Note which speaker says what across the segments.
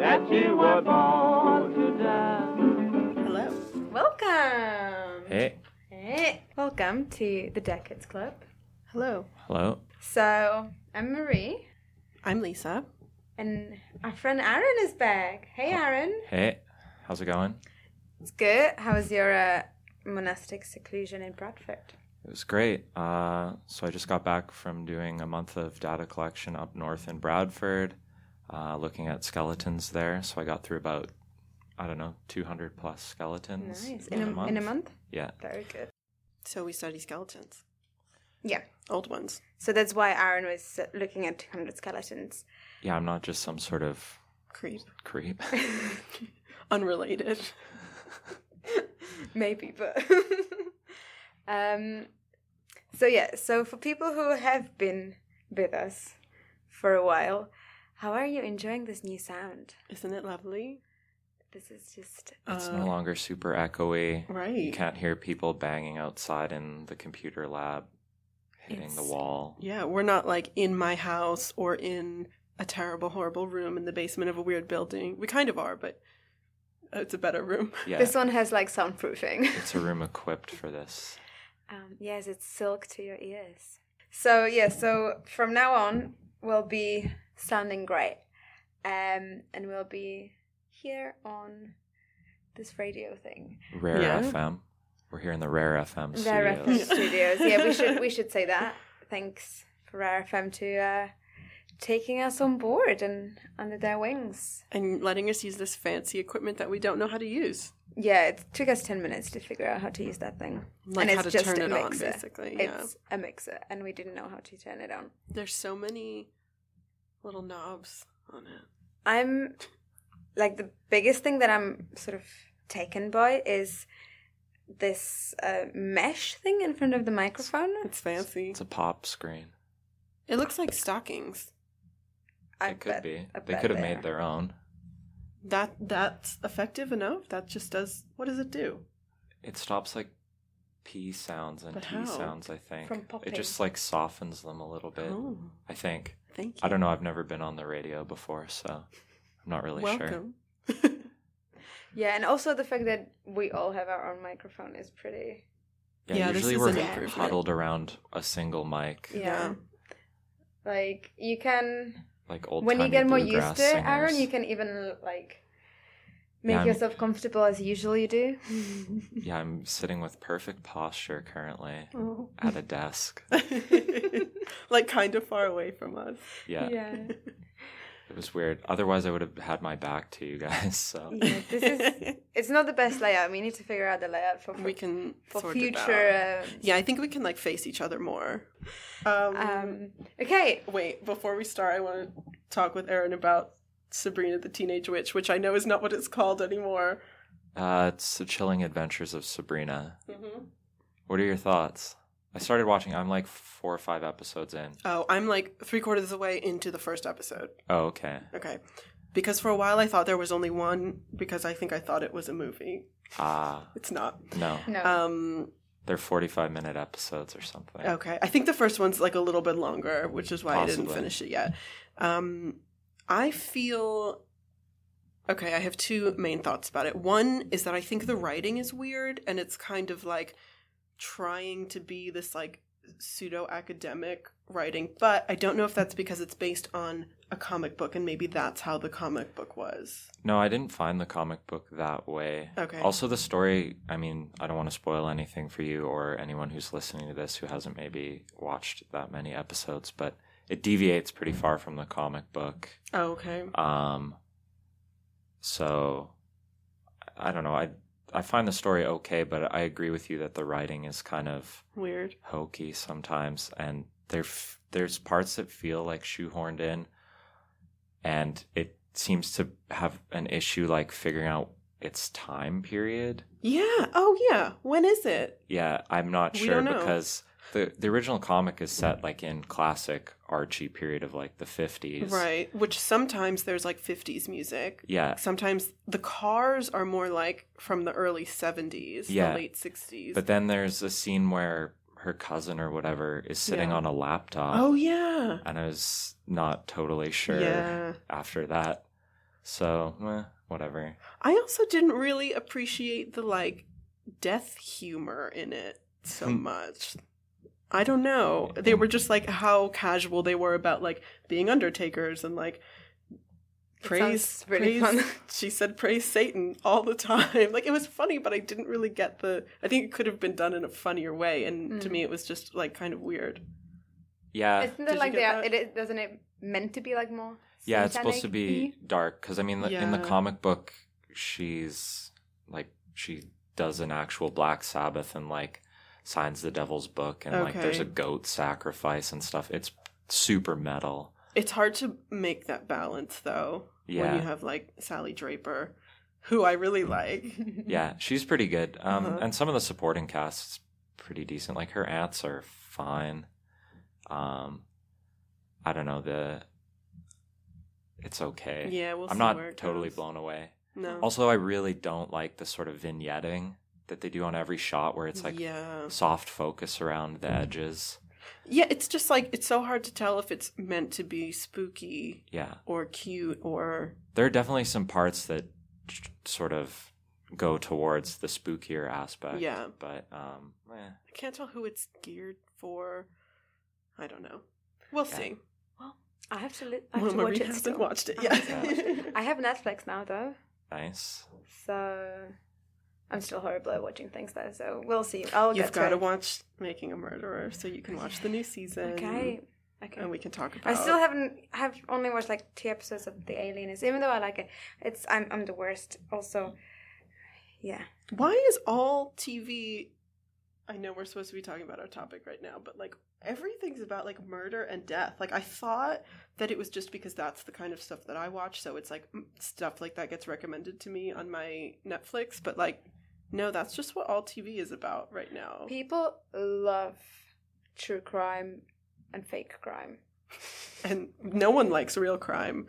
Speaker 1: were born to dance.
Speaker 2: Hello.
Speaker 3: Welcome.
Speaker 4: Hey,
Speaker 3: Hey. Welcome to the Decades Club.
Speaker 2: Hello.
Speaker 4: hello.
Speaker 3: So I'm Marie,
Speaker 2: I'm Lisa.
Speaker 3: and our friend Aaron is back. Hey, Aaron.
Speaker 4: Hey, how's it going?
Speaker 3: It's good. How was your uh, monastic seclusion in Bradford?
Speaker 4: It was great. Uh, so I just got back from doing a month of data collection up north in Bradford, uh, looking at skeletons there. So I got through about, I don't know, 200 plus skeletons.
Speaker 3: Nice. In a, in a month.
Speaker 4: Yeah.
Speaker 3: Very good.
Speaker 2: So we study skeletons,
Speaker 3: Yeah.
Speaker 2: old ones.
Speaker 3: So that's why Aaron was uh, looking at 200 skeletons.
Speaker 4: Yeah, I'm not just some sort of
Speaker 2: Creep.
Speaker 4: creep.
Speaker 2: Unrelated.
Speaker 3: Maybe, but um, so yeah. So for people who have been with us for a while, how are you enjoying this new sound?
Speaker 2: Isn't it lovely?
Speaker 3: This is just
Speaker 4: it's
Speaker 3: Oh.
Speaker 2: Uh,
Speaker 4: no longer super echoey. You
Speaker 2: Right.
Speaker 4: can't hear people banging outside in the computer lab, hitting the
Speaker 2: It's-
Speaker 4: wall.
Speaker 2: Yeah, we're not like in my house or in a terrible, horrible room in the basement of a weird building. We kind of are, but it's a better room.
Speaker 4: Yeah,
Speaker 3: this one has like soundproofing.
Speaker 4: it's a room equipped for this.
Speaker 3: Um, yes, it's silk to your ears. So yeah, so from now on we'll be sounding great, um, and we'll be here on this radio thing.
Speaker 4: Rare
Speaker 2: Yeah.
Speaker 4: FM. We're here in the Rare FM studios.
Speaker 3: Rare FM
Speaker 2: Studios.
Speaker 3: Studios. Yeah, we should we should say that. Thanks for Rare FM to uh, taking us on board and under their wings.
Speaker 2: And letting us use this fancy equipment that we don't know how to use.
Speaker 3: Yeah, it took us ten minutes to figure out how to use that thing.
Speaker 2: Like
Speaker 3: And
Speaker 2: how
Speaker 3: it's
Speaker 2: to
Speaker 3: just
Speaker 2: turn
Speaker 3: a
Speaker 2: it on,
Speaker 3: mixer.
Speaker 2: basically. Yeah.
Speaker 3: It's a mixer, and we didn't know how to turn it on.
Speaker 2: There's so many little knobs on it.
Speaker 3: I'm like the biggest thing that I'm sort of taken by is this uh, mesh thing in front of the microphone.
Speaker 2: It's fancy.
Speaker 4: It's a pop screen.
Speaker 2: It looks like stockings.
Speaker 3: I
Speaker 4: it could
Speaker 3: bet-
Speaker 4: be.
Speaker 3: I
Speaker 4: They
Speaker 3: bet
Speaker 4: could have
Speaker 3: they
Speaker 4: made
Speaker 3: are.
Speaker 4: their own.
Speaker 2: That that's effective enough. That just does. What does it do?
Speaker 4: It stops like p sounds and
Speaker 2: But
Speaker 4: t
Speaker 2: how?
Speaker 4: sounds. I think
Speaker 3: From
Speaker 4: it
Speaker 3: popping.
Speaker 4: just like softens them a little bit.
Speaker 2: Oh,
Speaker 4: I think.
Speaker 2: thank you.
Speaker 4: I don't know. I've never been on the radio before, so I'm not really sure.
Speaker 2: Welcome.
Speaker 3: Yeah, and also the fact that we all have our own microphone is pretty.
Speaker 4: Yeah,
Speaker 2: Yeah, this
Speaker 4: usually
Speaker 2: is
Speaker 4: we're
Speaker 2: an improvement.
Speaker 4: huddled around a single mic,
Speaker 3: Yeah.
Speaker 2: Yeah.
Speaker 3: Like you can
Speaker 4: like old.
Speaker 3: when you get more used to it, Aaron, you can even like make
Speaker 4: I'm-
Speaker 3: yourself comfortable as usually you do.
Speaker 4: Yeah, I'm sitting with perfect posture currently
Speaker 2: Oh.
Speaker 4: at a desk.
Speaker 2: like kind of far away from us.
Speaker 4: Yeah, it was weird. Otherwise, I would have had my back to you guys. So
Speaker 3: Yeah, This is it's not the best layout. We need to figure out the layout for
Speaker 2: we can
Speaker 3: for
Speaker 2: sort it out.
Speaker 3: future. um
Speaker 2: Yeah, I think we can like face each other more. Um,
Speaker 3: Um, okay.
Speaker 2: wait, before we start, I want to talk with Erin about Sabrina the Teenage Witch, which I know is not what it's called anymore.
Speaker 4: uh, it's the chilling adventures of Sabrina.
Speaker 3: Mm-hmm.
Speaker 4: What are your thoughts? I started watching. I'm like four or five episodes in.
Speaker 2: Oh, I'm like three quarters of the way into the first episode.
Speaker 4: Oh, okay.
Speaker 2: Okay. Because for a while I thought there was only one because I think I thought it was a movie.
Speaker 4: Ah,
Speaker 2: It's not.
Speaker 4: no.
Speaker 3: No.
Speaker 2: Um
Speaker 4: They're 45 minute episodes or something.
Speaker 2: okay. I think the first one's like a little bit longer, which is why I didn't
Speaker 4: Possibly.
Speaker 2: finish it yet. Um I feel okay, I have two main thoughts about it. One is that I think the writing is weird and it's kind of like trying to be this like pseudo academic writing, but I don't know if that's because it's based on a comic book and maybe that's how the comic book was.
Speaker 4: No, I didn't find the comic book that way.
Speaker 2: Okay.
Speaker 4: Also, the story I mean, I don't want to spoil anything for you or anyone who's listening to this who hasn't maybe watched that many episodes, but it deviates pretty far from the comic book.
Speaker 2: Oh, okay.
Speaker 4: Um, so I don't know. I I find the story okay, but I agree with you that the writing is kind of
Speaker 2: Weird.
Speaker 4: hokey sometimes, and there f- there's parts that feel like shoehorned in, and it seems to have an issue like figuring out its time period.
Speaker 2: Yeah. Oh, yeah. When is it?
Speaker 4: Yeah, I'm not
Speaker 2: We
Speaker 4: sure
Speaker 2: don't know.
Speaker 4: because the the original comic is set like in classic Archie period of like the 50s.
Speaker 2: Right. Which sometimes there's like 50s music.
Speaker 4: Yeah,
Speaker 2: Sometimes the cars are more like from the early 70s,
Speaker 4: Yeah.
Speaker 2: the late 60s.
Speaker 4: But then there's a scene where her cousin or whatever is sitting
Speaker 2: Yeah.
Speaker 4: on a laptop.
Speaker 2: oh, yeah.
Speaker 4: And I was not totally sure
Speaker 2: Yeah.
Speaker 4: after that. So, eh, whatever.
Speaker 2: I also didn't really appreciate the like death humor in it so
Speaker 4: Hmm.
Speaker 2: much. I don't know. They were just like how casual they were about like being undertakers and like
Speaker 3: It
Speaker 2: praise
Speaker 3: sounds really
Speaker 2: praise-
Speaker 3: fun.
Speaker 2: She said praise Satan all the time. Like it was funny, but I didn't really get the I think it could have been done in a funnier way and to
Speaker 3: Mm.
Speaker 2: me it was just like kind of weird.
Speaker 4: Yeah,
Speaker 3: Isn't
Speaker 2: Did
Speaker 3: it
Speaker 2: you
Speaker 3: like
Speaker 2: get
Speaker 3: they are,
Speaker 2: that?
Speaker 3: it is, doesn't it meant to be like more?
Speaker 4: yeah. It's supposed to
Speaker 3: satanic-y?
Speaker 4: be dark because I mean, the- in the
Speaker 2: Yeah.
Speaker 4: comic book, she's like she does an actual Black Sabbath and like signs the devil's book and like there's a
Speaker 2: Okay.
Speaker 4: goat sacrifice and stuff. It's super metal.
Speaker 2: It's hard to make that balance though when
Speaker 4: Yeah.
Speaker 2: you have like Sally Draper, who I really like.
Speaker 4: Yeah, she's pretty good. Um,
Speaker 2: Uh-huh.
Speaker 4: and some of the supporting cast's pretty decent. Like her aunts are fine. Um, I don't know the. It's okay.
Speaker 2: Yeah, we'll
Speaker 4: I'm
Speaker 2: see where
Speaker 4: not
Speaker 2: it
Speaker 4: totally
Speaker 2: goes.
Speaker 4: blown away.
Speaker 2: No.
Speaker 4: Also, I really don't like the sort of vignetting that they do on every shot, where it's like
Speaker 2: yeah, Mm-hmm.
Speaker 4: soft focus around the edges.
Speaker 2: yeah. It's just like it's so hard to tell if it's meant to be spooky
Speaker 4: Yeah,
Speaker 2: or cute or
Speaker 4: there are definitely some parts that t- sort of go towards the spookier aspect.
Speaker 2: Yeah.
Speaker 4: but um, eh.
Speaker 2: I can't tell who it's geared for. I don't know. We'll
Speaker 4: Yeah.
Speaker 2: see.
Speaker 3: I have to, li- I have
Speaker 2: Well,
Speaker 3: to watch
Speaker 2: Marie
Speaker 3: it.
Speaker 2: hasn't
Speaker 3: still.
Speaker 2: watched it
Speaker 3: I
Speaker 2: yet.
Speaker 3: haven't watched it. I have Netflix now though,
Speaker 4: nice.
Speaker 3: so I'm still horrible at watching things though. So we'll see. I'll
Speaker 2: You've
Speaker 3: get to
Speaker 2: got to
Speaker 3: it.
Speaker 2: watch Making a Murderer so you can watch the new season.
Speaker 3: Okay. Okay.
Speaker 2: And we can talk about.
Speaker 3: I still haven't have only watched like two episodes of The Alienist, even though I like it. It's I'm I'm the worst. Also, yeah.
Speaker 2: Why is all TV? I know we're supposed to be talking about our topic right now, but like everything's about like murder and death. Like I thought that it was just because that's the kind of stuff that I watch, so it's like mm, stuff like that gets recommended to me on my Netflix. But like, no, that's just what all TV is about right now.
Speaker 3: People love true crime and fake crime.
Speaker 2: And no one likes real crime,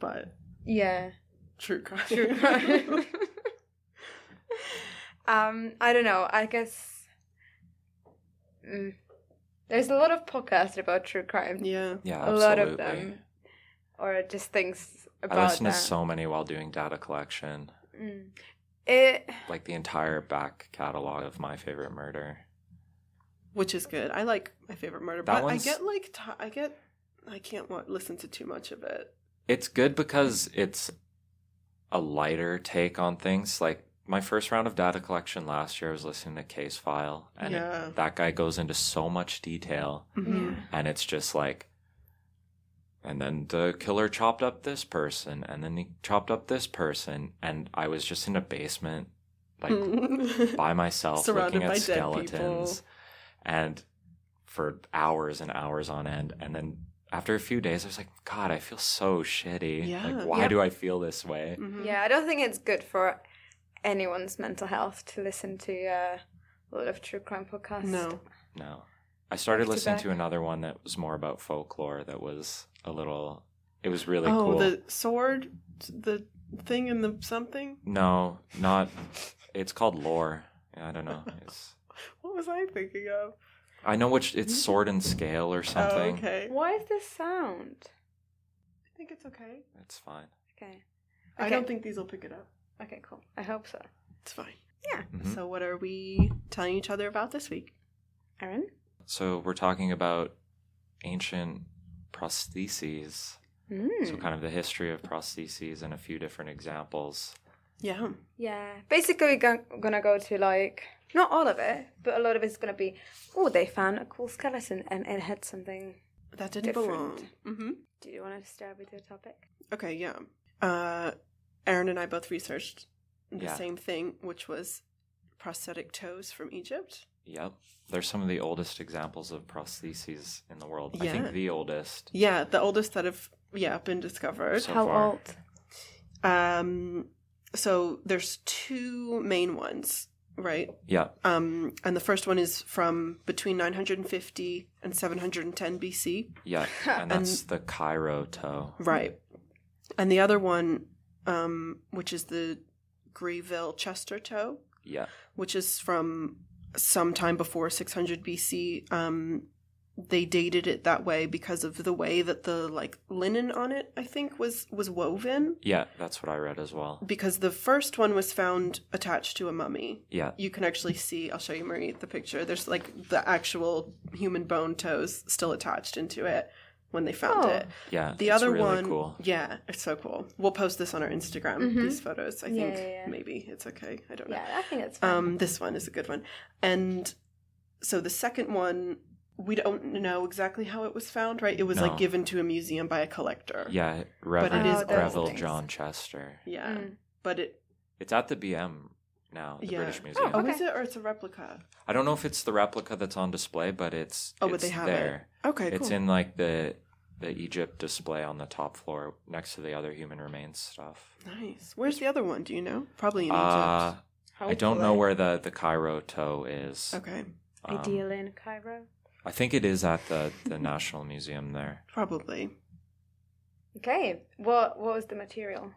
Speaker 2: but
Speaker 3: Yeah.
Speaker 2: true crime.
Speaker 3: True crime. um, I don't know. I guess mm, there's a lot of podcasts about true crime.
Speaker 2: yeah.
Speaker 4: Yeah,
Speaker 3: a
Speaker 4: absolutely.
Speaker 3: lot of them, or just things about
Speaker 4: I listened
Speaker 3: that.
Speaker 4: to so many while doing data collection,
Speaker 3: Mm. It.
Speaker 4: like the entire back catalog of My Favorite Murder.
Speaker 2: which is good. I like my favorite murder,
Speaker 4: That
Speaker 2: but I
Speaker 4: one's-
Speaker 2: get like t- I get I can't wa- listen to too much of it.
Speaker 4: It's good because it's a lighter take on things. Like my first round of data collection last year, I was listening to Case File, and it-
Speaker 2: yeah.
Speaker 4: that guy goes into so much detail,
Speaker 2: Mhm.
Speaker 4: and it's just like. And then the killer chopped up this person, and then he chopped up this person, and I was just in a basement, like
Speaker 3: Mm-hmm.
Speaker 2: Mm-hmm.
Speaker 4: by myself
Speaker 2: Surrounded
Speaker 4: looking at
Speaker 2: by dead
Speaker 4: skeletons
Speaker 2: people.
Speaker 4: and for hours and hours on end and then after a few days i was like god i feel so shitty
Speaker 2: Yeah.
Speaker 4: like why
Speaker 3: Yeah.
Speaker 4: do i feel this way
Speaker 2: Mhm.
Speaker 3: Yeah, I don't think it's good for anyone's mental health to listen to uh, a lot of true crime podcasts.
Speaker 2: No.
Speaker 4: no i started
Speaker 3: Back to
Speaker 4: listening
Speaker 3: back.
Speaker 4: to another one that was more about folklore that was a little it was really
Speaker 2: oh,
Speaker 4: cool
Speaker 2: the sword, the thing in the something.
Speaker 4: no not it's called lore i don't know it's,
Speaker 2: What was I thinking of?
Speaker 4: i know which it's sword and scale or something
Speaker 2: Hmm? Oh, okay.
Speaker 3: Why is this sound?
Speaker 2: I think it's okay.
Speaker 4: it's fine
Speaker 3: Okay. okay.
Speaker 2: I don't think these will pick it up.
Speaker 3: Okay, cool. I hope so.
Speaker 2: It's fine.
Speaker 4: Mhm.
Speaker 2: So, what are we telling each other about this week?
Speaker 3: Aaron?
Speaker 4: so we're talking about ancient prostheses
Speaker 3: Mm.
Speaker 2: Hmm.
Speaker 4: So, kind of the history of prostheses and a few different examples.
Speaker 2: Yeah.
Speaker 3: Yeah. Basically, we're go- gonna go to like not all of it, but a lot of it's gonna be. Oh, they found a cool skeleton and it had something.
Speaker 2: That didn't belong.
Speaker 3: Different.
Speaker 2: Mm-hmm.
Speaker 3: Do you want to start with your topic?
Speaker 2: Okay, yeah. Uh, Aaron and I both researched the
Speaker 4: Yeah.
Speaker 2: same thing, which was prosthetic toes from Egypt.
Speaker 4: Yep. They're some of the oldest examples of prostheses in the world. I
Speaker 2: Yeah.
Speaker 4: think the oldest.
Speaker 2: Yeah, the oldest that have yeah been discovered.
Speaker 4: So
Speaker 3: How
Speaker 4: far.
Speaker 3: old?
Speaker 2: Um, so there's two main ones, right?
Speaker 4: Yep.
Speaker 2: Um, and the first one is from between 950 and 710 BC,
Speaker 4: Yep. And
Speaker 2: And-
Speaker 4: that's the Cairo toe.
Speaker 2: right? And the other one, um, which is the Grayville Chester toe,
Speaker 4: Yep.
Speaker 2: which is from sometime before 600 BC. Um, they dated it that way because of the way that the like linen on it i think was was woven
Speaker 4: Yeah, that's what I read as well.
Speaker 2: because the first one was found attached to a mummy
Speaker 4: Yeah.
Speaker 2: you can actually see i'll show you marie the picture there's like the actual human bone toes still attached into it when they found
Speaker 3: Oh.
Speaker 2: it
Speaker 4: Yeah.
Speaker 2: the
Speaker 4: it's
Speaker 2: other
Speaker 4: really
Speaker 2: one
Speaker 4: cool.
Speaker 2: yeah it's so cool we'll post this on our instagram
Speaker 3: Mhm.
Speaker 2: these photos i
Speaker 3: Yeah,
Speaker 2: think
Speaker 3: yeah, yeah.
Speaker 2: maybe it's okay i don't know
Speaker 3: Yeah, I think that's fine.
Speaker 2: um, this one is a good one. And so the second one, we don't know exactly how it was found, right? It was
Speaker 4: No.
Speaker 2: like given to a museum by a collector.
Speaker 4: Yeah, Reverend
Speaker 2: it is all
Speaker 4: Greville
Speaker 3: Oh, things.
Speaker 4: John Chester.
Speaker 2: Yeah.
Speaker 3: Mm.
Speaker 2: But it,
Speaker 4: It's at the BM now, the
Speaker 2: Yeah.
Speaker 4: British Museum.
Speaker 2: oh,
Speaker 3: okay.
Speaker 2: is it or it's a replica?
Speaker 4: I don't know if it's the replica that's on display, but it's
Speaker 2: Oh, but
Speaker 4: it's
Speaker 2: they have it.
Speaker 4: there.
Speaker 2: Okay,
Speaker 4: It's
Speaker 2: cool.
Speaker 4: in like the the Egypt display on the top floor next to the other human remains stuff.
Speaker 2: nice. Where's the other one? Do you know? Probably in
Speaker 4: Uh, I don't know
Speaker 3: Hopefully.
Speaker 4: where the the Cairo toe is.
Speaker 2: Egypt. Okay,
Speaker 4: Um,
Speaker 3: Ideally in Cairo.
Speaker 4: I think it is at the the National Museum there.
Speaker 2: probably.
Speaker 3: Okay. What What was the material?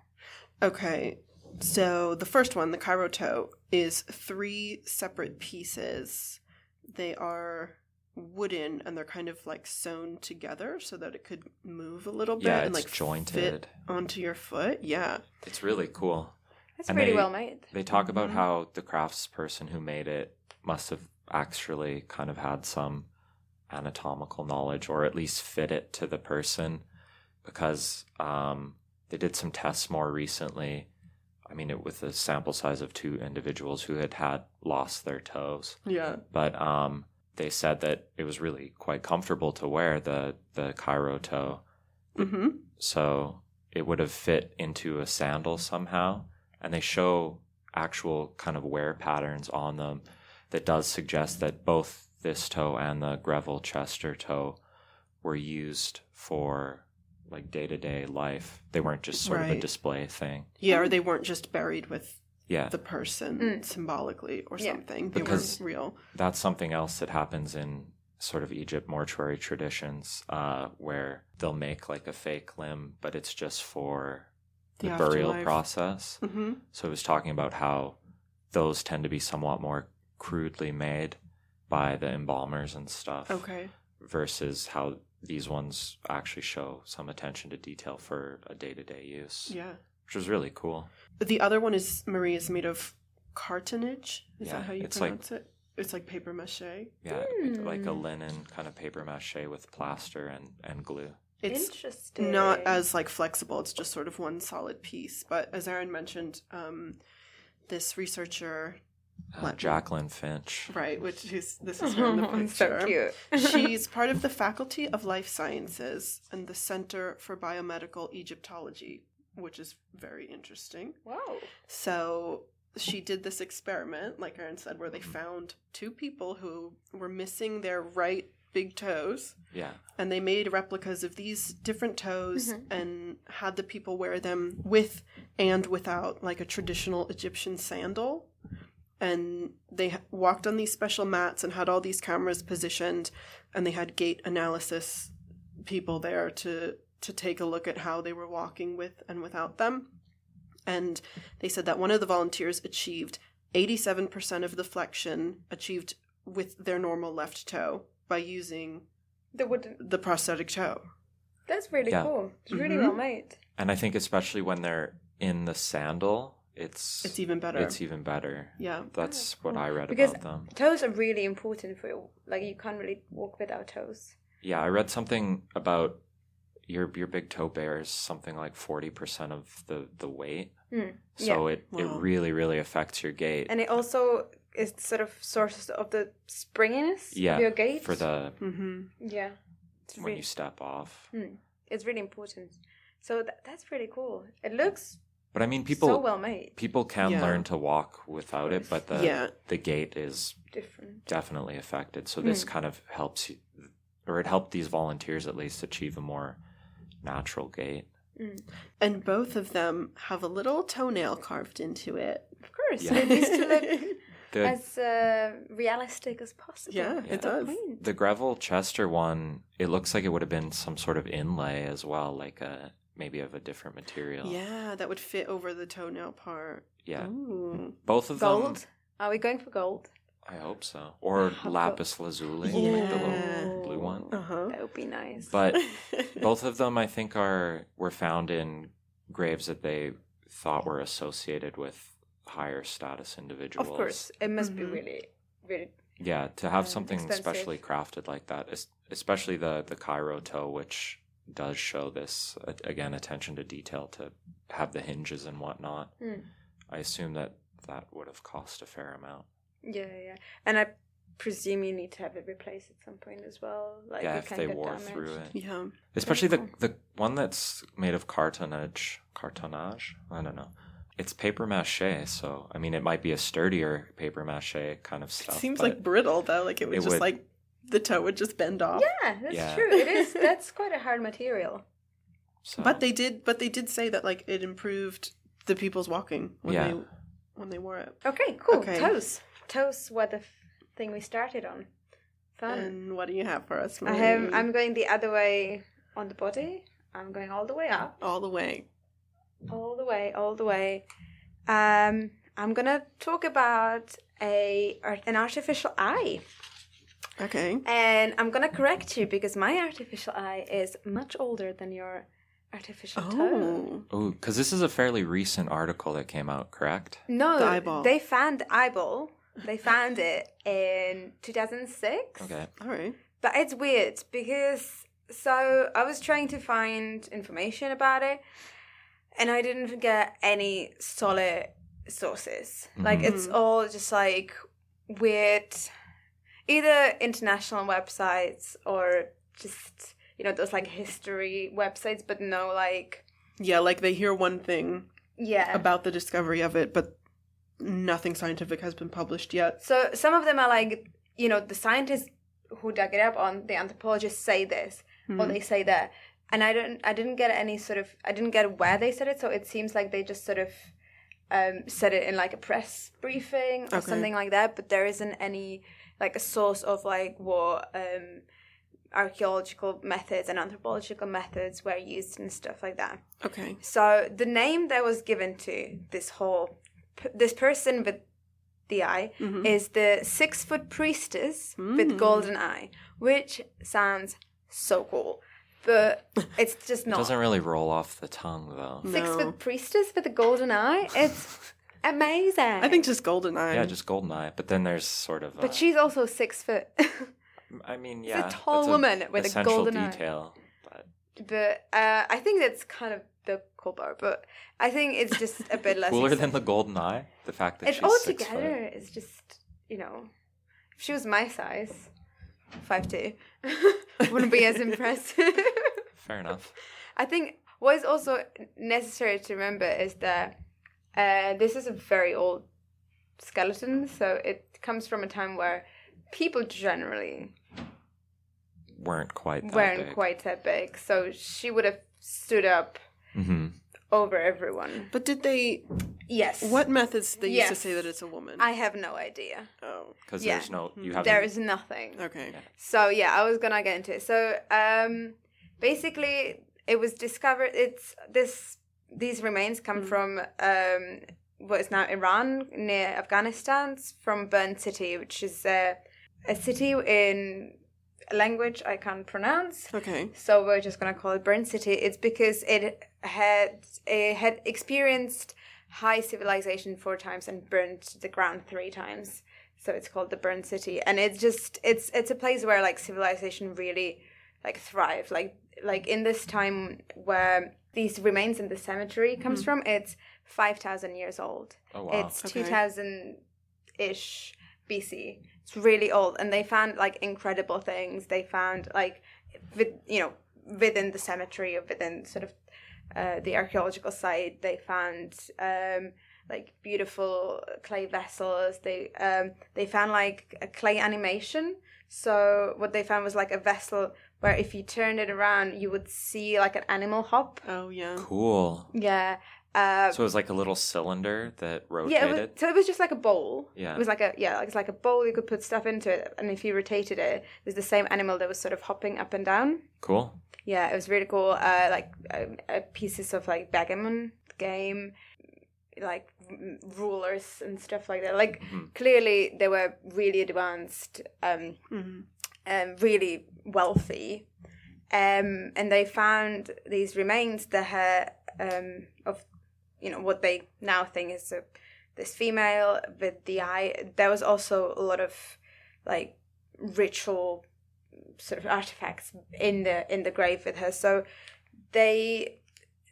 Speaker 2: Okay, so the first one, the Cairo toe, is three separate pieces. They are wooden and they're kind of like sewn together so that it could move a little bit
Speaker 4: Yeah,
Speaker 2: and
Speaker 4: it's
Speaker 2: like fit
Speaker 4: jointed.
Speaker 2: onto your foot. Yeah.
Speaker 4: It's really cool.
Speaker 3: That's
Speaker 4: And
Speaker 3: pretty
Speaker 4: they-
Speaker 3: well made.
Speaker 4: They talk about
Speaker 2: Mhm.
Speaker 4: how the craftsperson who made it must have actually kind of had some anatomical knowledge or at least fit it to the person because um, they did some tests more recently. I mean, it with a sample size of two individuals who had had lost their toes
Speaker 2: Yeah.
Speaker 4: but um, they said that it was really quite comfortable to wear the the Cairo toe,
Speaker 2: hmm
Speaker 4: so it would have fit into a sandal somehow. And they show actual kind of wear patterns on them that does suggest that both this toe and the Greville Chester toe were used for like day to day life. They weren't just sort of a
Speaker 2: Right.
Speaker 4: display thing.
Speaker 2: Yeah, or they weren't just buried with
Speaker 4: Yeah,
Speaker 2: the person
Speaker 3: Mm.
Speaker 2: symbolically or
Speaker 3: Yeah.
Speaker 2: something.
Speaker 4: Because-
Speaker 2: they were real.
Speaker 4: that's something else that happens in sort of Egypt mortuary traditions, uh, where they'll make like a fake limb, but it's just for the,
Speaker 2: The
Speaker 4: burial
Speaker 2: afterlife.
Speaker 4: process.
Speaker 2: hmm
Speaker 4: So it was talking about how those tend to be somewhat more crudely made by the embalmers and stuff,
Speaker 2: Okay.
Speaker 4: versus how these ones actually show some attention to detail for a day to day use,
Speaker 2: Yeah.
Speaker 4: which was really cool.
Speaker 2: But the other one is Marie is made of cartonnage. Is
Speaker 4: Yeah,
Speaker 2: that how you
Speaker 4: it's like-
Speaker 2: pronounce it? It's like paper mache.
Speaker 4: Yeah, it- like a
Speaker 3: Hmm.
Speaker 4: linen kind of paper mache with plaster and, and glue.
Speaker 2: It's
Speaker 3: Interesting.
Speaker 2: not as like flexible it's just sort of one solid piece but as aaron mentioned um, this researcher
Speaker 4: Uh,
Speaker 2: Latin.
Speaker 4: Jacqueline Finch.
Speaker 2: right which is this is her in the
Speaker 3: It's so
Speaker 2: picture
Speaker 3: cute.
Speaker 2: she's part of the faculty of life sciences and the center for biomedical egyptology which is very interesting
Speaker 3: wow.
Speaker 2: so she did this experiment like aaron said where they found two people who were missing their right big toes
Speaker 4: Yeah.
Speaker 2: and they made replicas of these different toes
Speaker 3: Mhm.
Speaker 2: and had the people wear them with and without like a traditional Egyptian sandal. And they h- walked on these special mats and had all these cameras positioned, and they had gait analysis people there to to take a look at how they were walking with and without them. And they said that one of the volunteers achieved 87% of the flexion achieved with their normal left toe by using
Speaker 3: The wooden.
Speaker 2: the prosthetic toe.
Speaker 3: That's really
Speaker 4: Yeah. Mm-hmm.
Speaker 3: cool. It's really
Speaker 2: Mhm.
Speaker 3: well made.
Speaker 4: And I think especially when they're in the sandal, it's
Speaker 2: It's even better.
Speaker 4: It's e- even better.
Speaker 2: yeah.
Speaker 4: That's
Speaker 3: Oh,
Speaker 4: what I read
Speaker 3: Because-
Speaker 4: about them.
Speaker 3: Toes are really important for you. Like you can't really walk without toes.
Speaker 4: Yeah, I read something about your your big toe bears something like forty percent of the the weight.
Speaker 3: Mm,
Speaker 4: So it it
Speaker 2: Wow.
Speaker 4: really really affects your gait.
Speaker 3: And it also is sort of source of the springiness
Speaker 4: yeah,
Speaker 3: of your gait.
Speaker 4: for the
Speaker 2: hmm
Speaker 3: yeah. It's
Speaker 4: when
Speaker 3: really,
Speaker 4: you step off.
Speaker 3: it's really important. So tha that's pretty cool. It looks
Speaker 4: But I mean, people
Speaker 3: so well made.
Speaker 4: people can
Speaker 2: Yeah.
Speaker 4: learn to walk without it, but the
Speaker 2: Yeah.
Speaker 4: the gait is
Speaker 3: Different.
Speaker 4: definitely affected. So
Speaker 3: Hmm.
Speaker 4: this kind of helps you, or it helped these volunteers at least achieve a more natural gait.
Speaker 2: And both of them have a little toenail carved into it.
Speaker 3: Of course.
Speaker 4: Yeah.
Speaker 3: It needs to look
Speaker 4: The
Speaker 3: as uh, realistic as possible.
Speaker 2: Yeah,
Speaker 4: it
Speaker 2: does.
Speaker 3: Queen.
Speaker 4: the Greville Chester one, it looks like it would have been some sort of inlay as well, like a maybe of a different material.
Speaker 2: Yeah, that would fit over the toenail part.
Speaker 4: Yeah.
Speaker 2: Ooh.
Speaker 4: Both of
Speaker 3: Gold.
Speaker 4: them.
Speaker 3: Are we going for gold?
Speaker 4: I hope so. Or
Speaker 3: I've got-
Speaker 4: lapis lazuli, like the little
Speaker 2: Uh-huh. Yeah.
Speaker 4: blue one.
Speaker 3: would be nice.
Speaker 4: But both of them, I think, are were found in graves that they thought were associated with higher status individuals.
Speaker 3: of course, it must
Speaker 2: Mhm.
Speaker 3: be really, really.
Speaker 4: Yeah, to have
Speaker 3: Um,
Speaker 4: something
Speaker 3: expensive.
Speaker 4: specially crafted like that, es- especially the the Cairo toe, which does show this a- again attention to detail to have the hinges and whatnot.
Speaker 3: Hmm.
Speaker 4: I assume that that would have cost a fair amount.
Speaker 3: Yeah, yeah, yeah. And I presume you need to have it replaced at some point as well. Like
Speaker 4: yeah,
Speaker 3: it
Speaker 4: if
Speaker 3: can
Speaker 4: they
Speaker 3: get
Speaker 4: wore
Speaker 3: damaged.
Speaker 4: through it,
Speaker 2: yeah.
Speaker 4: especially the
Speaker 3: cool.
Speaker 4: the one that's made of cartonnage, cartonnage. I don't know. It's paper mache, so I mean, it might be a sturdier paper mache kind of
Speaker 2: It
Speaker 4: stuff.
Speaker 2: seems
Speaker 4: but
Speaker 2: like brittle though. Like it would
Speaker 4: it
Speaker 2: just
Speaker 4: would-
Speaker 2: like the toe would just bend off.
Speaker 3: Yeah, that's
Speaker 4: Yeah.
Speaker 3: true. It is. That's quite a hard material.
Speaker 4: so-
Speaker 2: But they did. But they did say that like it improved the people's walking when
Speaker 4: Yeah.
Speaker 2: they when they wore it.
Speaker 3: Okay, cool.
Speaker 2: Okay.
Speaker 3: Toes. Toes were the f- thing we started on. Fun.
Speaker 2: And what do you have for us?
Speaker 3: I have.
Speaker 2: Marie?
Speaker 3: I'm going the other way on the body. I'm going all the way up,
Speaker 2: all the way.
Speaker 3: all the way, all the way. Um, I'm gonna talk about a ar- an artificial eye,
Speaker 2: Okay.
Speaker 3: and I'm gonna correct you because my artificial eye is much older than your artificial toe.
Speaker 2: Oh,
Speaker 4: Oh, because this is a fairly recent article that came out, correct?
Speaker 3: No,
Speaker 2: The eyeball.
Speaker 3: they found the eyeball. They found it in 2006.
Speaker 4: Okay.
Speaker 2: all right.
Speaker 3: But it's weird because so I was trying to find information about it and I didn't get any solid sources. Like it's
Speaker 2: Mhm.
Speaker 3: all just like weird either international websites or just you know those like history websites but no like
Speaker 2: Yeah, like they hear one thing
Speaker 3: yeah.
Speaker 2: about the discovery of it, but nothing scientific has been published yet.
Speaker 3: So some of them are like you know the scientists who dug it up on the anthropologists say this
Speaker 2: Hmm.
Speaker 3: or they say that and i don't i didn't get any sort of i didn't get where they said it so it seems like they just sort of um, said it in like a press briefing or
Speaker 2: Okay.
Speaker 3: something like that but there isn't any like a source of like what um, archaeological methods and anthropological methods were used and stuff like that
Speaker 2: Okay.
Speaker 3: so the name that was given to this whole p- this person with the eye
Speaker 2: Mhm.
Speaker 4: Mm-hmm.
Speaker 3: is the six foot priestess with
Speaker 2: Mm.
Speaker 3: golden eye, which sounds so cool, but it's just
Speaker 4: It
Speaker 3: not.
Speaker 4: doesn't really roll off the tongue, though.
Speaker 2: No.
Speaker 3: Six foot priestess with a golden eye, it's amazing.
Speaker 2: I think just golden eye.
Speaker 4: Yeah, just golden eye. But then there's sort of.
Speaker 3: but
Speaker 4: a-
Speaker 3: she's also six foot.
Speaker 4: I mean, yeah.
Speaker 3: a tall
Speaker 4: that's
Speaker 3: woman with a
Speaker 4: essential
Speaker 3: golden eye.
Speaker 4: detail, But
Speaker 3: but uh, I think that's kind of the cool part. But I think it's just a bit less.
Speaker 4: cooler than
Speaker 3: exciting.
Speaker 4: the golden eye. The fact that
Speaker 3: It's
Speaker 4: she's
Speaker 3: all
Speaker 4: six foot.
Speaker 3: together. It's just you know, if she was my size, five two, wouldn't be as impressive.
Speaker 4: Fair enough.
Speaker 3: I think what is also necessary to remember is that uh, this is a very old skeleton, so it comes from a time where people generally
Speaker 4: Weren't quite. That
Speaker 3: weren't
Speaker 4: big.
Speaker 3: quite that big. So she would have stood up
Speaker 4: hmm
Speaker 3: over everyone.
Speaker 2: But did they?
Speaker 3: Yes.
Speaker 2: What methods did they use to
Speaker 3: Yes.
Speaker 2: say that it's a woman?
Speaker 3: I have no idea.
Speaker 2: oh,
Speaker 4: Because
Speaker 3: Yeah. Mm-hmm.
Speaker 4: there's no. You
Speaker 2: Mm.
Speaker 4: have.
Speaker 3: There is nothing.
Speaker 2: okay.
Speaker 4: Yeah.
Speaker 3: So yeah, I was gonna get into it. So um, basically, it was discovered. It's this. These remains come
Speaker 2: Mhm.
Speaker 3: from um, what is now Iran near Afghanistan, It's from Burn City, which is a, a city in a language I can't pronounce.
Speaker 2: Okay.
Speaker 3: So we're just gonna call it Burn City. It's because it had it had experienced high civilization four times and burned to the ground three times. So it's called the Burn City, and it's just it's it's a place where like civilization really like thrived. Like like in this time where these remains in the cemetery comes from, it's five thousand years old.
Speaker 4: Oh wow.
Speaker 3: It's
Speaker 2: Okay.
Speaker 3: 2000 ish BC. It's really old. And they found like incredible things. They found like, with, you know, within the cemetery or within sort of uh, the archaeological site, they found um, like beautiful clay vessels. They um, they found like a clay animation. So what they found was like a vessel where if you turned it around, you would see like an animal hop.
Speaker 2: Oh yeah.
Speaker 4: cool.
Speaker 3: um, Yeah. Uh,
Speaker 4: So it was like a little cylinder that
Speaker 3: yeah,
Speaker 4: rotated.
Speaker 3: it was, so it was just like a bowl.
Speaker 4: Yeah.
Speaker 3: It was like a yeah, like it's like a bowl you could put stuff into it, and if you rotated it, it was the same animal that was sort of hopping up and down.
Speaker 4: cool.
Speaker 3: Yeah, it was really cool. Uh, like um, uh, pieces of like backgammon game, like m- rulers and stuff like that. Like
Speaker 4: Mhm.
Speaker 3: clearly they were really advanced, um,
Speaker 2: hmm
Speaker 3: um, really wealthy, um, and they found these remains that her um, of you know what they now think is a, this female with the eye. There was also a lot of like ritual sort of artifacts in the in the grave with her. So they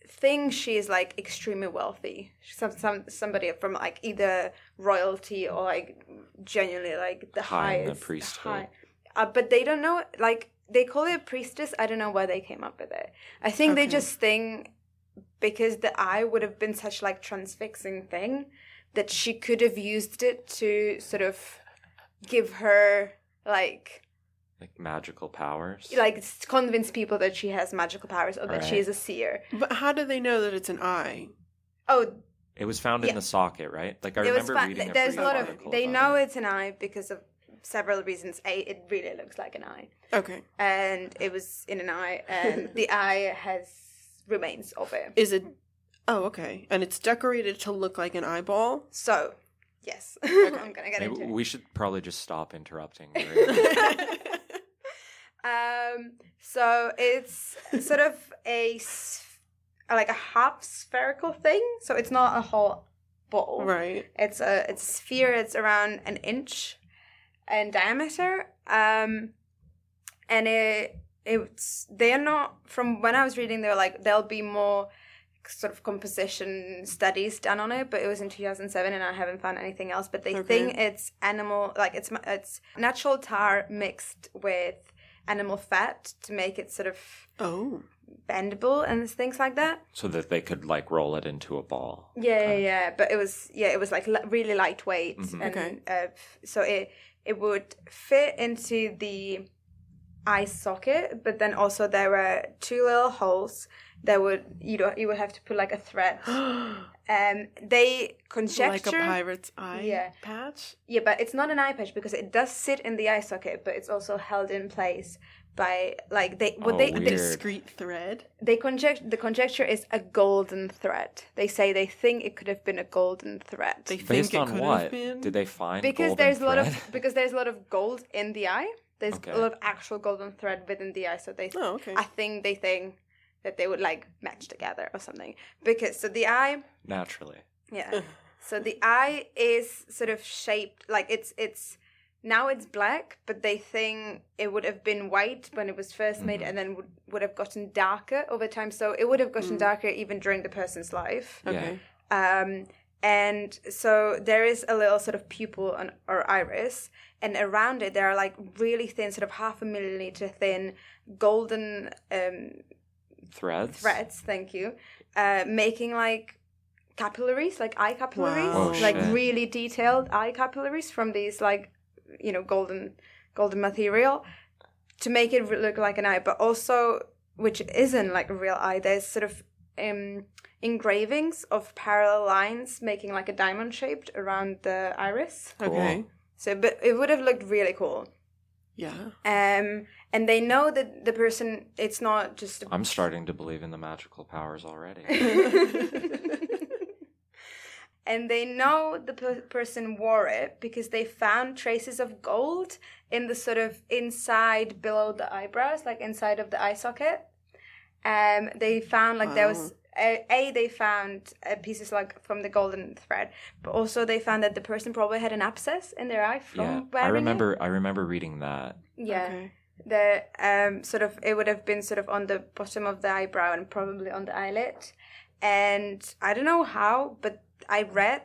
Speaker 3: think she is like extremely wealthy, some some somebody from like either royalty or like genuinely like the
Speaker 4: High in the
Speaker 3: highest
Speaker 4: priesthood.
Speaker 3: high- uh, but they don't know like they call it a priestess i don't know why they came up with it i think they
Speaker 2: Okay.
Speaker 3: just think because the eye would have been such like transfixing thing that she could have used it to sort of give her like
Speaker 4: like magical powers.
Speaker 3: like s- convince people that she has magical powers or that she
Speaker 4: Right.
Speaker 3: is a seer
Speaker 2: But how do they know that it's an eye?
Speaker 3: oh
Speaker 4: it was found
Speaker 3: yeah.
Speaker 4: in the socket, right? Like I
Speaker 3: it was
Speaker 4: remember
Speaker 3: fun
Speaker 4: reading. A
Speaker 3: there's a
Speaker 4: brief
Speaker 3: lot of
Speaker 4: article
Speaker 3: they
Speaker 4: about
Speaker 3: know
Speaker 4: it.
Speaker 3: it's an eye because of several reasons a it really looks like an eye
Speaker 2: Okay.
Speaker 3: and it was in an eye, and the eye has remains of it.
Speaker 2: Is it? Oh, okay. And it's decorated to look like an eyeball.
Speaker 3: So, yes, I'm gonna get
Speaker 4: Maybe
Speaker 3: into it.
Speaker 4: we should probably just stop interrupting.
Speaker 3: Um, so it's sort of a s- like a half spherical thing. So it's not a whole ball.
Speaker 2: right.
Speaker 3: It's a it's a sphere. It's around an inch in diameter. Um, and it it's they're not from when I was reading. They were like there'll be more sort of composition studies done on it, but it was in 2007, and I haven't found anything else. But they
Speaker 2: Okay.
Speaker 3: think it's animal like it's ma- it's natural tar mixed with animal fat to make it sort of
Speaker 2: Oh.
Speaker 3: bendable and things like that.
Speaker 4: so that they could like roll it into a ball.
Speaker 3: Yeah, yeah,
Speaker 4: kind of.
Speaker 3: yeah. But it was yeah, it was like li- really lightweight,
Speaker 4: Mhm.
Speaker 3: and
Speaker 2: Okay.
Speaker 3: uh, so it it would fit into the eye socket. But then also there were two little holes that would you know you would have to put like a thread. Um, they
Speaker 2: like a
Speaker 3: conjecture.
Speaker 2: pirate's eye
Speaker 3: Yeah.
Speaker 2: patch.
Speaker 3: yeah, but it's not an eye patch because it does sit in the eye socket, but it's also held in place by like they what
Speaker 4: Oh,
Speaker 3: they,
Speaker 4: weird.
Speaker 3: they
Speaker 2: Discrete thread.
Speaker 3: they conject the conjecture is a golden thread. They say they think it could have been a golden thread.
Speaker 2: They think
Speaker 4: Based
Speaker 2: it
Speaker 4: on
Speaker 2: could
Speaker 4: what
Speaker 2: have been.
Speaker 4: did they find?
Speaker 3: because
Speaker 4: golden
Speaker 3: there's a lot
Speaker 4: thread?
Speaker 3: of because there's a lot of gold in the eye. There's
Speaker 4: Okay.
Speaker 3: a lot of actual golden thread within the eye, so they
Speaker 2: Oh, okay.
Speaker 3: I think they think that they would like match together or something. Because so the eye,
Speaker 4: naturally.
Speaker 3: yeah. so the eye is sort of shaped like it's it's now it's black, but they think it would have been white when it was 1st made,
Speaker 4: Mhm.
Speaker 3: and then would would have gotten darker over time. So it would have gotten
Speaker 2: Mm.
Speaker 3: darker even during the person's life.
Speaker 2: okay.
Speaker 3: Um, and so there is a little sort of pupil on, or iris, and around it there are like really thin, sort of half a milliliter thin golden um,
Speaker 4: Threads.
Speaker 3: threads. Thank you, uh, making like capillaries, like eye capillaries,
Speaker 2: Wow.
Speaker 4: Oh,
Speaker 3: like
Speaker 4: shit.
Speaker 3: really detailed eye capillaries from these like you know golden golden material to make it re- look like an eye, but also which isn't like a real eye. There's sort of um, engravings of parallel lines making like a diamond shaped around the iris.
Speaker 2: Okay.
Speaker 3: So, but it would have looked really cool.
Speaker 2: Yeah.
Speaker 3: Um, and they know that the person, it's not just a
Speaker 4: I'm starting to believe in the magical powers already.
Speaker 3: and they know the per- person wore it because they found traces of gold in the sort of inside below the eyebrows, like inside of the eye socket. Um, they found like there was a, a they found uh, pieces like from the golden thread, but also they found that the person probably had an abscess in their eye from
Speaker 4: yeah,
Speaker 3: wearing
Speaker 4: I
Speaker 3: it.
Speaker 4: remember. I remember reading that.
Speaker 3: Yeah,
Speaker 2: Okay.
Speaker 3: the um sort of it would have been sort of on the bottom of the eyebrow and probably on the eyelid and i don't know how but i read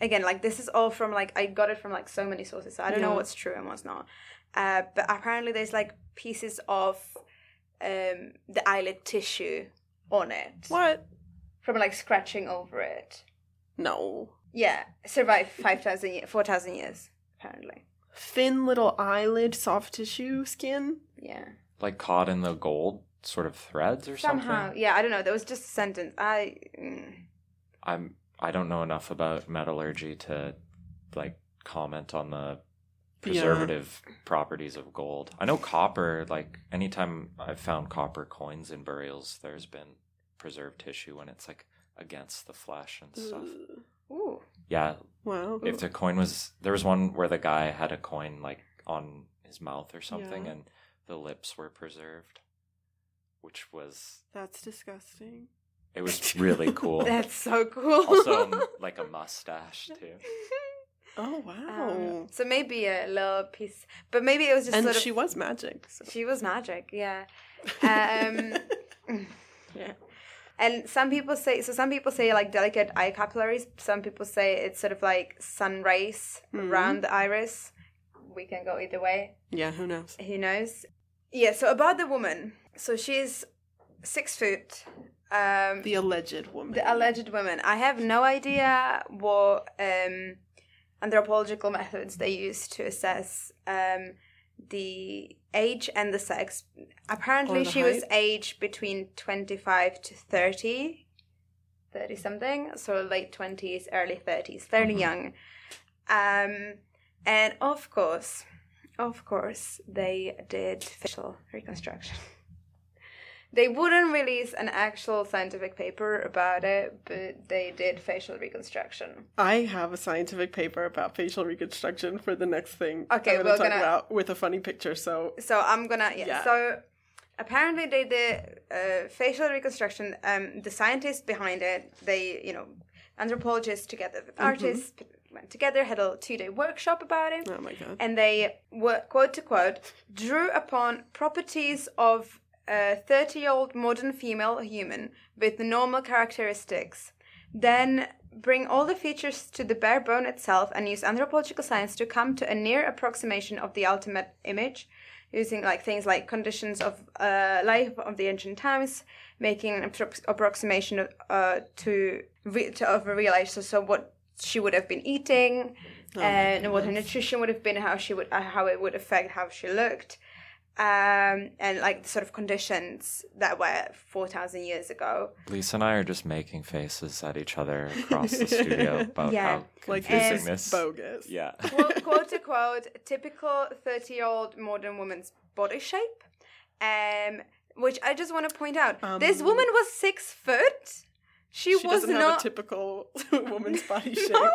Speaker 3: again like this is all from like i got it from like so many sources so i don't know
Speaker 2: Yeah.
Speaker 3: what's true and what's not uh but apparently there's like pieces of um the eyelid tissue on it
Speaker 2: What?
Speaker 3: from like scratching over it
Speaker 2: No.
Speaker 3: yeah survived 5000 years 4000 years apparently
Speaker 2: Thin little eyelid, soft tissue skin.
Speaker 3: yeah
Speaker 4: Like caught in the gold sort of threads or
Speaker 3: somehow
Speaker 4: something.
Speaker 3: yeah i don't know that was just a sentence i mm.
Speaker 4: I'm. I don't know enough about metallurgy to like comment on the preservative properties of gold. I know copper. Like anytime I've found copper coins in burials, there's been preserved tissue when it's like against the flesh and
Speaker 2: Mm.
Speaker 4: stuff.
Speaker 2: Ugh.
Speaker 3: Ooh.
Speaker 4: Yeah,
Speaker 2: Wow.
Speaker 4: if the coin was there was one where the guy had a coin like on his mouth or something
Speaker 2: Yeah.
Speaker 4: and the lips were preserved which was
Speaker 2: That's disgusting.
Speaker 4: it was really cool.
Speaker 3: That's so cool.
Speaker 4: also, um, m- like a mustache too.
Speaker 2: Oh
Speaker 3: Um,
Speaker 2: wow!
Speaker 3: So maybe a little piece, but maybe it was just
Speaker 2: and
Speaker 3: sort of.
Speaker 2: she was magic. So.
Speaker 3: she was magic, yeah. Um, yeah. And some people say so. Some people say like delicate eye capillaries. Some people say it's sort of like sun rays
Speaker 2: Mhm.
Speaker 3: around the iris. We can go either way.
Speaker 2: yeah, who knows?
Speaker 3: Who knows? Yeah. So about the woman. So she's six foot. Um,
Speaker 2: The alleged woman.
Speaker 3: the alleged women. I have no idea what um, anthropological methods they use to assess um, the age and the sex. Apparently,
Speaker 2: Or the
Speaker 3: she was aged between 25 to 30, 30 something, so late 20s, early 30s, fairly
Speaker 2: Mm-hmm.
Speaker 4: Mhm.
Speaker 3: young. Um, and of course, of course, they did facial reconstruction. They wouldn't release an actual scientific paper about it, but they did facial reconstruction.
Speaker 2: I have a scientific paper about facial reconstruction for the next thing.
Speaker 3: Okay,
Speaker 2: I'm
Speaker 3: we're
Speaker 2: gonna talk
Speaker 3: gonna-
Speaker 2: about with a funny picture. So
Speaker 3: So I'm gonna yeah.
Speaker 2: Yeah.
Speaker 3: So apparently they did uh, facial reconstruction. Um, the scientists behind it, they you know, anthropologists together with artists went together, had a two day workshop about it.
Speaker 2: oh my god,
Speaker 3: and they were quote to quote drew upon properties of a 30 year old modern female human with normal characteristics then bring all the features to the bare bone itself and use anthropological science to come to a near approximation of the ultimate image using like things like conditions of uh, life of the ancient times making an appro- approximation of, uh, to, re- to of a real age so, so what she would have been eating and what her nutrition would have been, how she would, uh, how it would affect how she looked, um, and like the sort of conditions that were four thousand years ago.
Speaker 4: Lisa and I are just making faces at each other across the studio about
Speaker 3: Yeah.
Speaker 4: how
Speaker 2: like this
Speaker 4: confusing this.
Speaker 2: is bogus.
Speaker 4: Yeah.
Speaker 3: Quote, quote to quote, typical thirty-year-old modern woman's body shape, um, which I just want to point out. this
Speaker 2: Um,
Speaker 3: woman was six foot. She,
Speaker 2: She,
Speaker 3: was
Speaker 2: doesn't have
Speaker 3: not.
Speaker 2: a typical woman's body shape.
Speaker 3: no,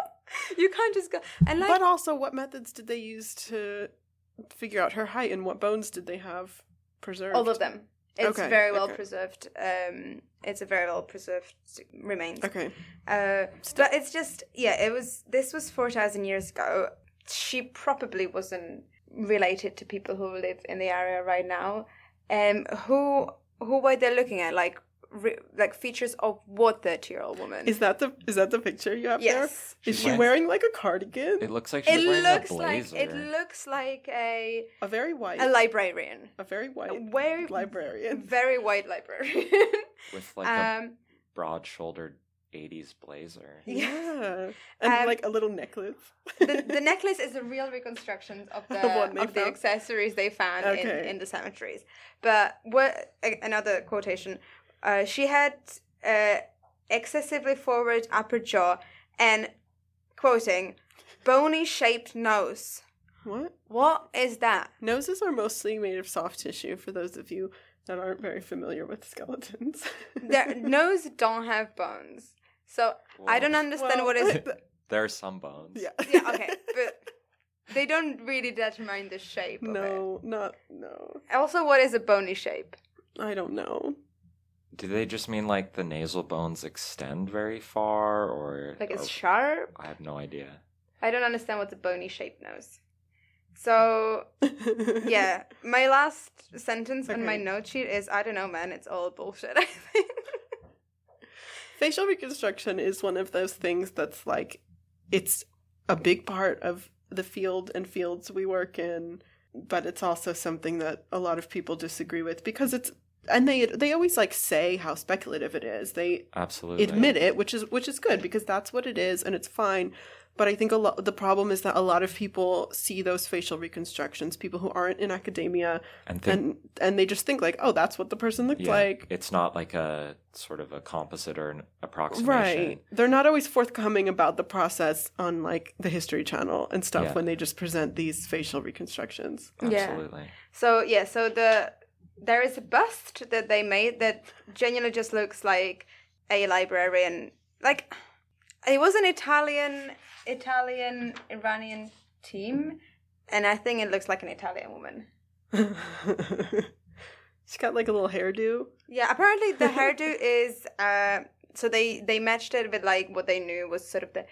Speaker 3: you can't just go and like.
Speaker 2: But also, what methods did they use to figure out her height, and what bones did they have preserved?
Speaker 3: All of them. It's
Speaker 2: Okay,
Speaker 3: very well
Speaker 2: okay.
Speaker 3: preserved. Um, it's a very well preserved remains.
Speaker 2: Okay,
Speaker 3: Uh, but it's just yeah, it was this was four thousand years ago. She probably wasn't related to people who live in the area right now. Um, who who were they looking at? Like re, like features of what thirty year old woman?
Speaker 2: is that the is that the picture you have
Speaker 3: yes,
Speaker 2: there? Is
Speaker 4: She's
Speaker 2: she
Speaker 4: wearing-
Speaker 2: wearing like a cardigan?
Speaker 4: It looks like she's
Speaker 3: it
Speaker 4: wearing
Speaker 3: looks
Speaker 4: a
Speaker 3: like
Speaker 4: blazer.
Speaker 3: it looks like a
Speaker 2: a very white,
Speaker 3: a librarian,
Speaker 2: a very
Speaker 3: a
Speaker 2: white
Speaker 3: very
Speaker 2: librarian.
Speaker 3: very white librarian.
Speaker 4: with like a
Speaker 3: um,
Speaker 4: broad-shouldered 80s blazer.
Speaker 2: Yeah, and
Speaker 3: Um,
Speaker 2: like a little necklace.
Speaker 3: the, the necklace is a real reconstruction of the
Speaker 2: What they
Speaker 3: of the
Speaker 2: found?
Speaker 3: accessories they found in,
Speaker 2: Okay.
Speaker 3: in the cemeteries. But what a- another quotation? Uh, she had uh, excessively forward upper jaw and quoting bony shaped nose.
Speaker 2: what?
Speaker 3: What is that?
Speaker 2: Noses are mostly made of soft tissue. For those of you that aren't very familiar with skeletons,
Speaker 3: Their nose don't have bones, so I don't
Speaker 4: Well,
Speaker 3: understand
Speaker 2: Well,
Speaker 3: what is.
Speaker 4: There are some bones.
Speaker 2: yeah.
Speaker 3: yeah, okay, but they don't really determine the shape. Of it.
Speaker 2: No, not no.
Speaker 3: Also, what is a bony shape?
Speaker 2: I don't know.
Speaker 4: Do they just mean like the nasal bones extend very far, or
Speaker 3: Like it's
Speaker 2: Oh.
Speaker 4: or-
Speaker 3: sharp.
Speaker 4: I have no idea.
Speaker 3: I don't understand what's a bony shaped nose. So yeah, my last sentence on my
Speaker 2: Okay.
Speaker 3: note sheet is I don't know, man. It's all bullshit. I think.
Speaker 2: Facial reconstruction is one of those things that's like it's a big part of the field and fields we work in, but it's also something that a lot of people disagree with because it's and they they always like say how speculative it is. They
Speaker 4: Absolutely.
Speaker 2: admit it, which is which is good because that's what it is and it's fine. But I think a lot the problem is that a lot of people see those facial reconstructions, people who aren't in academia,
Speaker 4: and think
Speaker 2: and and they just think like, oh, that's what the person looked
Speaker 4: yeah,
Speaker 2: like.
Speaker 4: it's not like a sort of a composite or an approximation.
Speaker 2: Right. They're not always forthcoming about the process on like the History Channel and stuff
Speaker 4: Yeah.
Speaker 2: when they just present these facial reconstructions.
Speaker 3: Yeah.
Speaker 4: Absolutely.
Speaker 3: so yeah, so the there is a bust that they made that genuinely just looks like a librarian. Like it was an Italian Italian Iranian team, and I think it looks like an Italian woman.
Speaker 2: She's got like a little hairdo.
Speaker 3: Yeah, apparently the hairdo is uh, so they they matched it with like what they knew was sort of the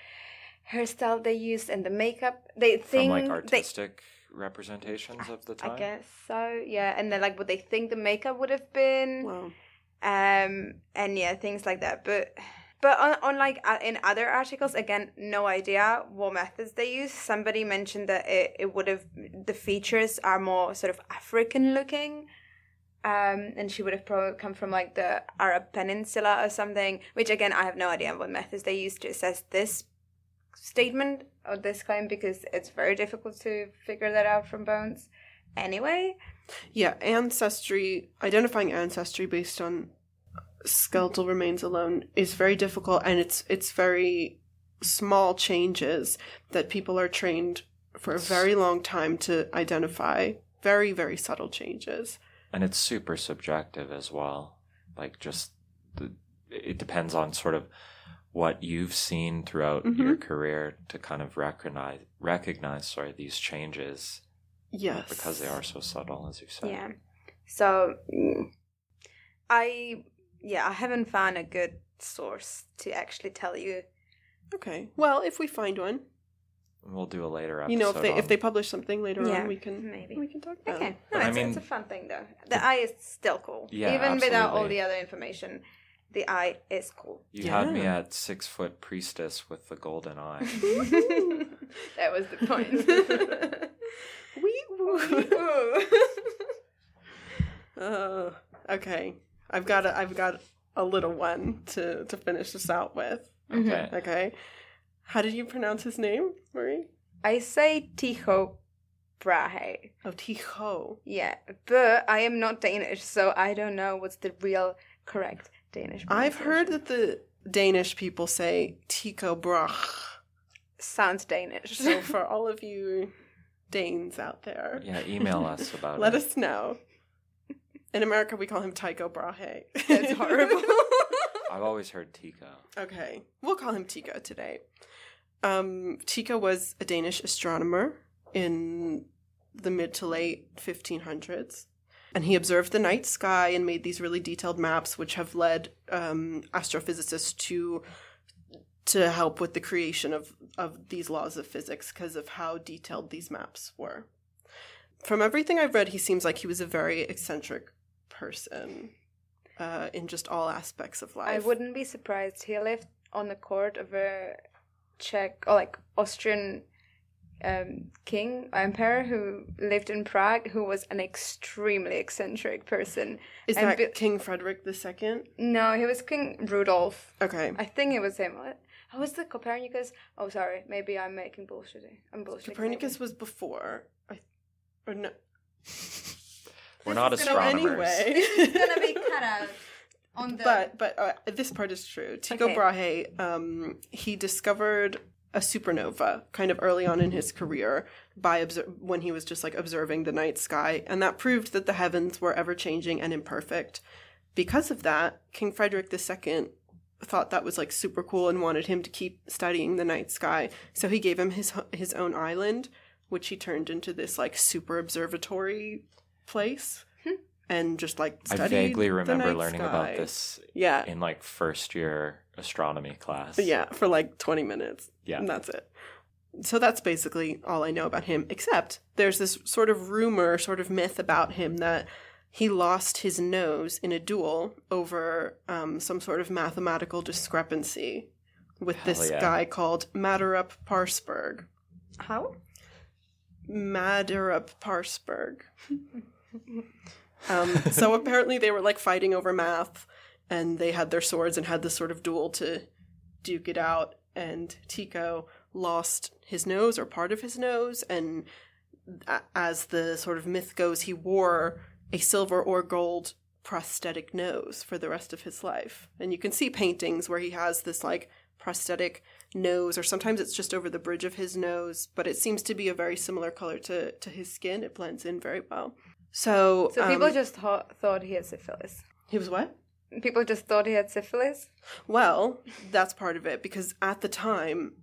Speaker 3: hairstyle they used and the makeup they
Speaker 4: From
Speaker 3: think
Speaker 4: like
Speaker 3: they,
Speaker 4: artistic representations of the time.
Speaker 3: I guess so yeah and then like what they think the makeup would have been
Speaker 2: Wow.
Speaker 3: um and yeah things like that but but on, on like uh, in other articles again no idea what methods they use somebody mentioned that it, it would have the features are more sort of african looking um and she would have probably come from like the arab peninsula or something which again i have no idea what methods they used to assess this statement or this claim because it's very difficult to figure that out from bones anyway
Speaker 2: Yeah, ancestry, identifying ancestry based on skeletal remains alone is very difficult and it's it's very small changes that people are trained for a very long time to identify very very subtle changes.
Speaker 4: and it's super subjective as well like just the, it depends on sort of what you've seen throughout
Speaker 2: Mm-hmm.
Speaker 4: your career to kind of recognize recognize sorry these changes
Speaker 2: Yes.
Speaker 4: because they are so subtle as you said
Speaker 3: Yeah. So mm, I yeah, I haven't found a good source to actually tell you.
Speaker 2: Okay. Well, if we find one,
Speaker 4: we'll do a later episode
Speaker 2: you know, if they if
Speaker 4: on-
Speaker 2: they publish something later
Speaker 3: Yeah,
Speaker 2: on, we can
Speaker 3: maybe.
Speaker 2: we can talk about.
Speaker 3: Okay.
Speaker 2: It.
Speaker 3: No,
Speaker 4: But I
Speaker 3: it's, it's a
Speaker 4: mean-
Speaker 3: fun thing though. The eye is still cool.
Speaker 4: Yeah,
Speaker 3: Even without all
Speaker 4: absolutely.
Speaker 3: the other information, the eye is cool.
Speaker 4: you had me
Speaker 2: Yeah.
Speaker 4: at six foot priestess with the golden eye
Speaker 3: that was the point.
Speaker 2: Wee woo.
Speaker 3: Ooh.
Speaker 2: Oh, okay. I've got a, I've got a little one to to finish this out with.
Speaker 4: okay
Speaker 2: Okay. How did you pronounce his name, Marie?
Speaker 3: I say Tycho Brahe.
Speaker 2: Oh, Tycho.
Speaker 3: Yeah, but I am not Danish, so I don't know what's the real correct Danish.
Speaker 2: I've
Speaker 3: pronunciation.
Speaker 2: heard that the Danish people say Tycho Brach.
Speaker 3: sounds Danish.
Speaker 2: So for all of you Danes out there,
Speaker 4: yeah email us about
Speaker 2: let
Speaker 4: it
Speaker 2: us know. In America, we call him Tycho Brahe.
Speaker 3: That's horrible.
Speaker 4: i've always heard tika
Speaker 2: Okay, we'll call him Tycho today. Um, Tycho was a Danish astronomer in the mid to late 1500s, and he observed the night sky and made these really detailed maps, which have led um, astrophysicists to to help with the creation of of these laws of physics because of how detailed these maps were. From everything I've read, he seems like he was a very eccentric person uh, in just all aspects of life.
Speaker 3: I wouldn't be surprised. He lived on the court of a Czech or like Austrian um, king, emperor who lived in Prague, who was an extremely eccentric person.
Speaker 2: Is
Speaker 3: and
Speaker 2: that
Speaker 3: bu-
Speaker 2: King Frederick II?
Speaker 3: No, he was King Rudolf.
Speaker 2: Okay.
Speaker 3: I think it was him. What? Oh, was the Copernicus? Oh, sorry. Maybe I'm making bullshit. I'm bullshitting.
Speaker 2: Copernicus was before. I, or no.
Speaker 4: we're not
Speaker 2: So
Speaker 4: astronomers
Speaker 2: anyway.
Speaker 3: It's gonna be cut out on the.
Speaker 2: But but uh, this part is true. Tycho
Speaker 3: Okay.
Speaker 2: Brahe, um, he discovered a supernova kind of early on in his career by obser- when he was just like observing the night sky, and that proved that the heavens were ever changing and imperfect. Because of that, King Frederick II thought that was like super cool and wanted him to keep studying the night sky. So he gave him his his own island, which he turned into this like super observatory place.
Speaker 3: Hmm.
Speaker 2: And just like
Speaker 4: i
Speaker 2: studied
Speaker 4: vaguely
Speaker 2: the
Speaker 4: remember
Speaker 2: night
Speaker 4: learning
Speaker 2: sky.
Speaker 4: about this
Speaker 2: Yeah.
Speaker 4: in like first year astronomy class.
Speaker 2: Yeah, for like 20 minutes.
Speaker 4: Yeah.
Speaker 2: And that's it. So that's basically all I know about him, except there's this sort of rumor, sort of myth about him that he lost his nose in a duel over um, some sort of mathematical discrepancy with this
Speaker 4: Hell yeah.
Speaker 2: guy called Matterup Parsberg.
Speaker 3: how?
Speaker 2: Madderup Parsberg. um, so apparently they were like fighting over math, and they had their swords and had this sort of duel to duke it out. And Tycho lost his nose or part of his nose, and a- as the sort of myth goes, he wore a silver or gold prosthetic nose for the rest of his life. And you can see paintings where he has this like prosthetic nose, or sometimes it's just over the bridge of his nose, but it seems to be a very similar color to, to his skin. It blends in very well. So,
Speaker 3: So people
Speaker 2: um,
Speaker 3: just ho- thought he had syphilis.
Speaker 2: he was what?
Speaker 3: People just thought he had syphilis.
Speaker 2: Well, that's part of it because at the time,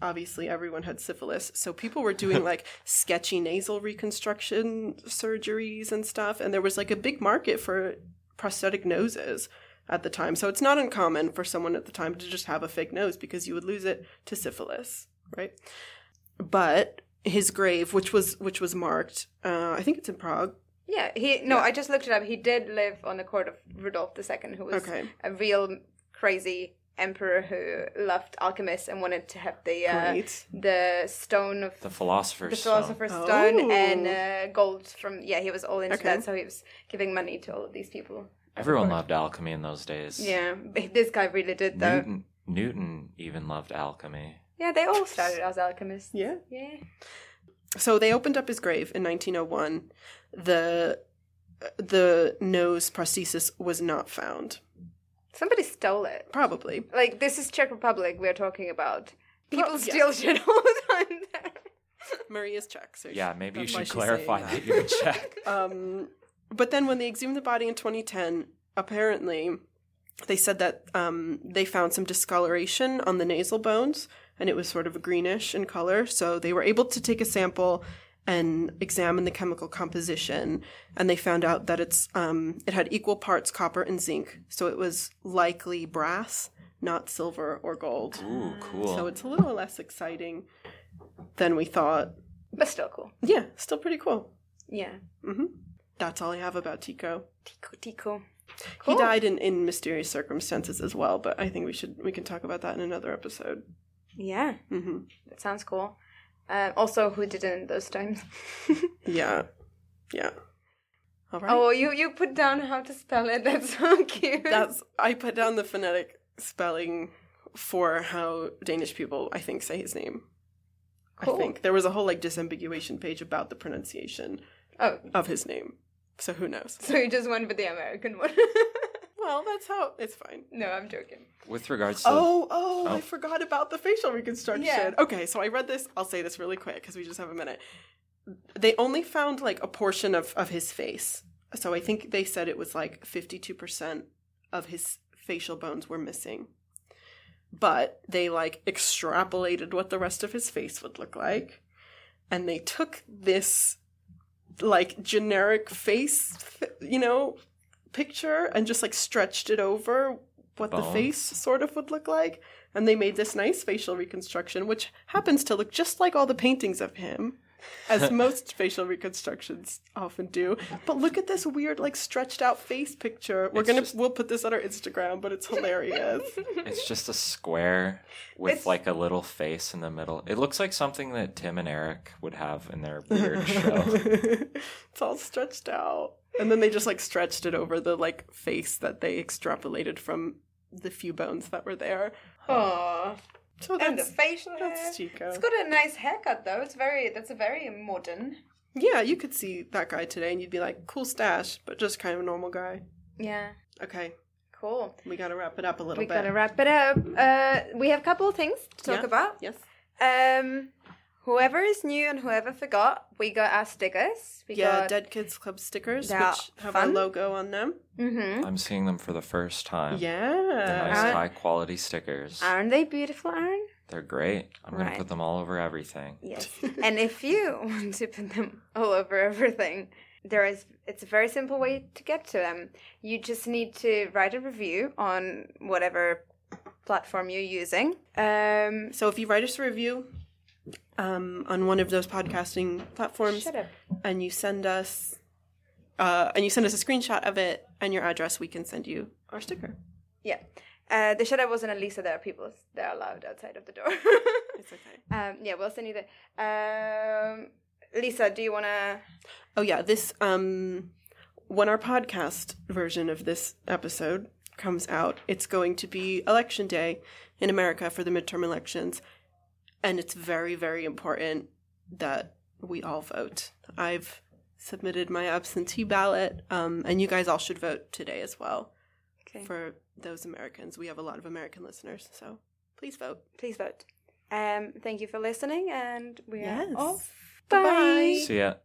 Speaker 2: obviously everyone had syphilis. So people were doing like sketchy nasal reconstruction surgeries and stuff. And there was like a big market for prosthetic noses at the time. So it's not uncommon for someone at the time to just have a fake nose because you would lose it to syphilis, right? But his grave, which was which was marked, uh, I think it's in Prague.
Speaker 3: Yeah, he no,
Speaker 2: Yeah.
Speaker 3: I just looked it up. He did live on the court of Rudolf II, who was
Speaker 2: Okay,
Speaker 3: a real crazy emperor who loved alchemists and wanted to have the uh,
Speaker 2: great.
Speaker 3: the stone of
Speaker 4: The philosopher's
Speaker 3: the
Speaker 4: stone.
Speaker 3: philosopher's stone and
Speaker 2: Oh.
Speaker 3: uh, gold from yeah he was all into
Speaker 2: Okay.
Speaker 3: that so he was giving money to all of these people
Speaker 4: Everyone loved alchemy in those days.
Speaker 3: yeah but this guy really did though
Speaker 4: Newton, Newton even loved alchemy.
Speaker 3: yeah they all started as alchemists
Speaker 2: Yeah.
Speaker 3: yeah
Speaker 2: So they opened up his grave in 1901. The uh, the nose prosthesis was not found.
Speaker 3: somebody stole it
Speaker 2: Probably.
Speaker 3: like this is Czech Republic we're talking about people
Speaker 2: Well, yeah.
Speaker 3: steal shit all the time there.
Speaker 2: Maria's check. So
Speaker 4: Yeah, maybe you
Speaker 2: that's why
Speaker 4: should
Speaker 2: she's
Speaker 4: clarify
Speaker 2: saying
Speaker 4: that you're Czech.
Speaker 2: Um, but then when they exhumed the body in 2010, apparently they said that um, they found some discoloration on the nasal bones and it was sort of greenish in color. So they were able to take a sample and examine the chemical composition and they found out that it's um, it had equal parts copper and zinc. So it was likely brass, not silver or gold.
Speaker 4: Ooh, cool.
Speaker 2: So it's a little less exciting than we thought.
Speaker 3: but still cool
Speaker 2: Yeah, still pretty cool.
Speaker 3: yeah
Speaker 2: hmm That's all I have about Tico.
Speaker 3: Tico Tico
Speaker 2: He died in, in mysterious circumstances as well, but I think we should we can talk about that in another episode.
Speaker 3: yeah
Speaker 2: hmm
Speaker 3: that sounds cool um, also who didn't those times
Speaker 2: Yeah, yeah. All right.
Speaker 3: Oh, you you put down how to spell it. That's so cute.
Speaker 2: That's I put down the phonetic spelling for how Danish people I think say his name.
Speaker 3: Cool.
Speaker 2: I think there was a whole like disambiguation page about the pronunciation
Speaker 3: oh,
Speaker 2: of his name. So who knows?
Speaker 3: so you just went with the American one.
Speaker 2: Well, that's how it's fine.
Speaker 3: no, I'm joking.
Speaker 4: With regards to
Speaker 2: Oh, oh,
Speaker 4: Oh.
Speaker 2: I forgot about the facial reconstruction.
Speaker 3: Yeah.
Speaker 2: Okay, so I read this. I'll say this really quick because we just have a minute. They only found like a portion of, of his face. So I think they said it was like 52% of his facial bones were missing. But they like extrapolated what the rest of his face would look like. And they took this like generic face, you know, picture and just like stretched it over what the
Speaker 4: Bone.
Speaker 2: face sort of would look like. And they made this nice facial reconstruction, which happens to look just like all the paintings of him, as most facial reconstructions often do. But look at this weird, like stretched out face picture. We're
Speaker 4: It's
Speaker 2: gonna
Speaker 4: just-
Speaker 2: we'll put this on our Instagram, but it's hilarious.
Speaker 4: It's just a square with
Speaker 3: It's-
Speaker 4: like a little face in the middle. It looks like something that Tim and Eric would have in their weird show.
Speaker 2: it's all stretched out. And then they just like stretched it over the like face that they extrapolated from the few bones that were there.
Speaker 3: Oh,
Speaker 2: So
Speaker 3: and the
Speaker 2: that's
Speaker 3: facial hair.
Speaker 2: that's Chico.
Speaker 3: It's got a nice haircut though. It's very that's a very modern.
Speaker 2: Yeah, you could see that guy today and you'd be like, cool stash, but just kind of a normal guy.
Speaker 3: Yeah,
Speaker 2: Okay,
Speaker 3: cool.
Speaker 2: we gotta wrap it up a little
Speaker 3: We
Speaker 2: bit.
Speaker 3: gotta wrap it up. Uh, we have a couple of things to talk
Speaker 2: Yeah.
Speaker 3: about.
Speaker 2: Yes.
Speaker 3: Um, whoever is new and whoever forgot, we got our stickers. We
Speaker 2: yeah,
Speaker 3: got
Speaker 2: Dead Kids Club stickers,
Speaker 3: They're
Speaker 2: which have our
Speaker 3: fun.
Speaker 2: logo on them.
Speaker 3: hmm
Speaker 4: I'm seeing them for the first time. They're nice
Speaker 2: Yeah.
Speaker 3: Uh,
Speaker 4: high quality stickers.
Speaker 3: Aren't they beautiful, Aaron?
Speaker 4: They're great. I'm
Speaker 3: Right.
Speaker 4: gonna put them all over everything.
Speaker 3: Yes. and if you want to put them all over everything, there is it's a very simple way to get to them. You just need to write a review on whatever platform you're using. Um
Speaker 2: So if you write us a review um, on one of those podcasting platforms
Speaker 3: shut up.
Speaker 2: and you send us uh, and you send us a screenshot of it and your address, we can send you our sticker.
Speaker 3: Yeah. Uh, the shut up wasn't at least so there are people that are loud outside of the door.
Speaker 2: It's okay.
Speaker 3: um yeah, we'll send you the um Lisa, do you wanna
Speaker 2: Oh yeah, this um when our podcast version of this episode comes out, it's going to be election day in America for the midterm elections and it's very very important that we all vote. I've submitted my absentee ballot um and you guys all should vote today as well
Speaker 3: okay.
Speaker 2: for those Americans. We have a lot of American listeners, so please vote.
Speaker 3: please vote. Um thank you for listening and we are
Speaker 2: Yes.
Speaker 3: off.
Speaker 2: Goodbye.
Speaker 4: See ya.